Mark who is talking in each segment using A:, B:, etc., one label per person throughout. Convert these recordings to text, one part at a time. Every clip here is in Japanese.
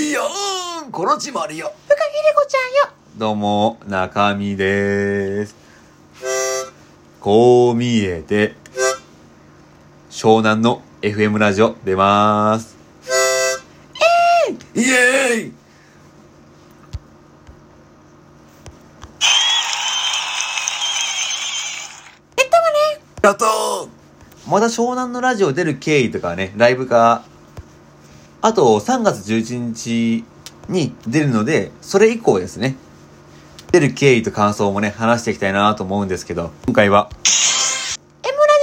A: うーん、このちまるよ。
B: 深木玲子ちゃんよ
A: どうも、中身です。こう見えて、湘南の FM ラジオ出ます。イエーイイエーイやったーまだ湘南のラジオ出る経緯とかね、ライブか、あと3月11日に出るので、それ以降ですね、出る経緯と感想もね、話していきたいなと思うんですけど、今回は、
B: M ラ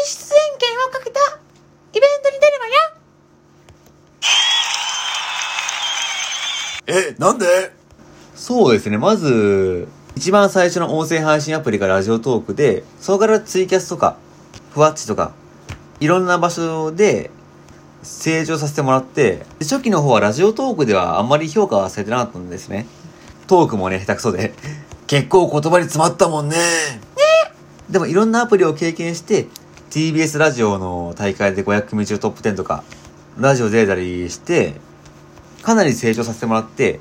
B: ジ出演権をかけたイベントに出るわよ
A: え、なんでそうですね、まず、一番最初の音声配信アプリがラジオトークで、そこからツイキャスとか、ふわっちとか、いろんな場所で、成長させてもらって、で初期の方はラジオトークではあんまり評価はされてなかったんですね。トークもね、下手くそで。結構言葉に詰まったもんね。ねでもいろんなアプリを経験して、TBS ラジオの大会で500組中トップ10とか、ラジオ出たりして、かなり成長させてもらって、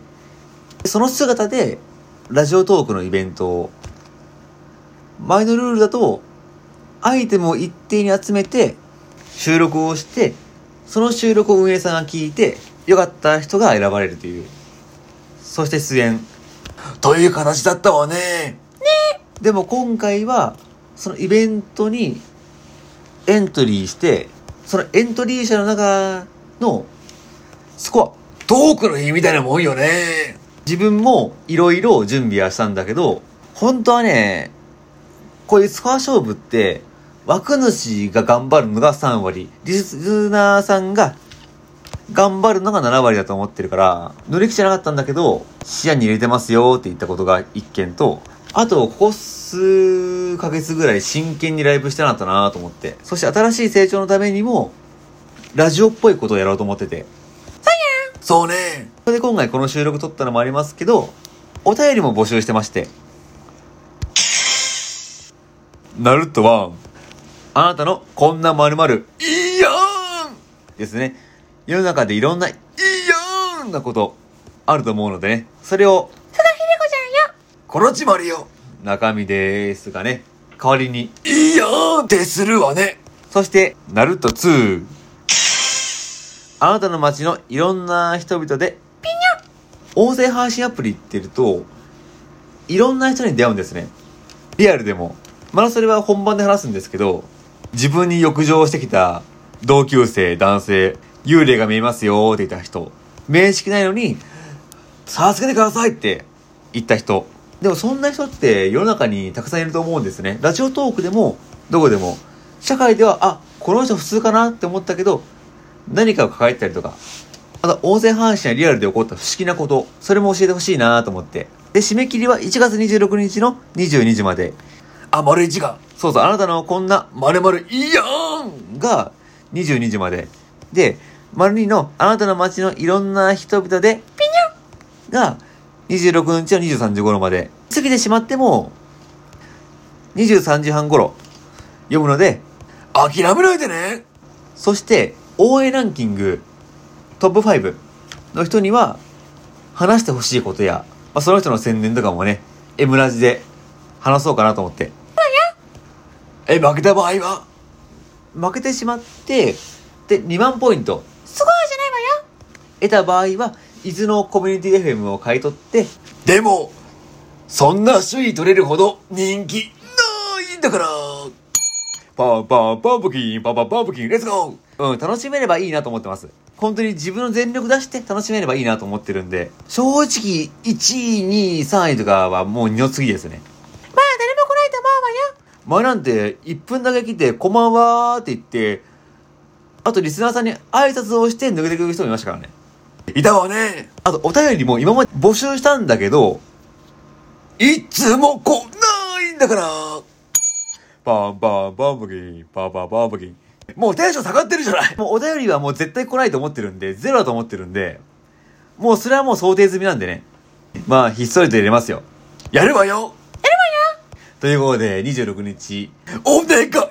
A: その姿で、ラジオトークのイベントを、前のルールだと、アイテムを一定に集めて、収録をして、その収録を運営さんが聞いて、良かった人が選ばれるという。そして出演。という形だったわね。ねでも今回は、そのイベントにエントリーして、そのエントリー者の中のスコア。トークの日みたいなもんよね。自分もいろいろ準備はしたんだけど、本当はね、こういうスコア勝負って、枠主が頑張るのが3割、リスナーさんが頑張るのが7割だと思ってるから、乗り気じゃなかったんだけど、視野に入れてますよって言ったことが1件と、あと、ここ数ヶ月ぐらい真剣にライブしてなかったなと思って。そして新しい成長のためにも、ラジオっぽいことをやろうと思ってて。そうやそうね。それで今回この収録撮ったのもありますけど、お便りも募集してまして。ナルトワン。あなたのこんな〇〇。いいやんですね。世の中でいろんな、いいやんなこと、あると思うのでね。それを、
B: 深木玲子ちゃんよ
A: このちまるよ。中身ですがね、代わりに、いいやーってするわね。そして、ナルト2。あなたの街のいろんな人々で、ピニョ音声配信アプリってると、いろんな人に出会うんですね。リアルでも。まだそれは本番で話すんですけど、自分に浴場してきた同級生、男性、幽霊が見えますよって言った人、面識ないのに、助けてくださいって言った人。でもそんな人って世の中にたくさんいると思うんですね。ラジオトークでも、どこでも。社会では、あ、この人普通かなって思ったけど、何かを抱えてたりとか。また、音声配信やリアルで起こった不思議なこと。それも教えてほしいなと思って。で、締め切りは1月26日の22時まで。あ、丸1が。そうそう、あなたのこんな、丸々いいやんが、22時まで。で、丸2の、あなたの街のいろんな人々で、が26日の23時頃まで過ぎてしまっても23時半頃読むので諦めないでねそして応援ランキングトップ5の人には話してほしいことや、まあ、その人の宣伝とかもね M ラジで話そうかなと思ってえ負けた場合は負けてしまってで2万ポイント
B: すごいじゃないわよ
A: 得た場合は伊豆のコミュニティ FM を買い取ってでもそんな首位取れるほど人気ないんだからパーパーパープキンパーパーパープキンレッツゴーうん楽しめればいいなと思ってます本当に自分の全力出して楽しめればいいなと思ってるんで正直1位2位3位とかはもう二の次ですね
B: まあ誰も来ないと思うわよ
A: 前なんて1分だけ来て「こんばんは」って言ってあとリスナーさんに挨拶をして抜けてくる人もいましたからねいたわねあとお便りも今まで募集したんだけどいつも来ないんだからバンバンバンブギーバンバンバンブギーもうテンション下がってるじゃないもうお便りはもう絶対来ないと思ってるんでゼロだと思ってるんでもうそれはもう想定済みなんでねまあひっそりと入れますよやるわよということで、26日、お願いよ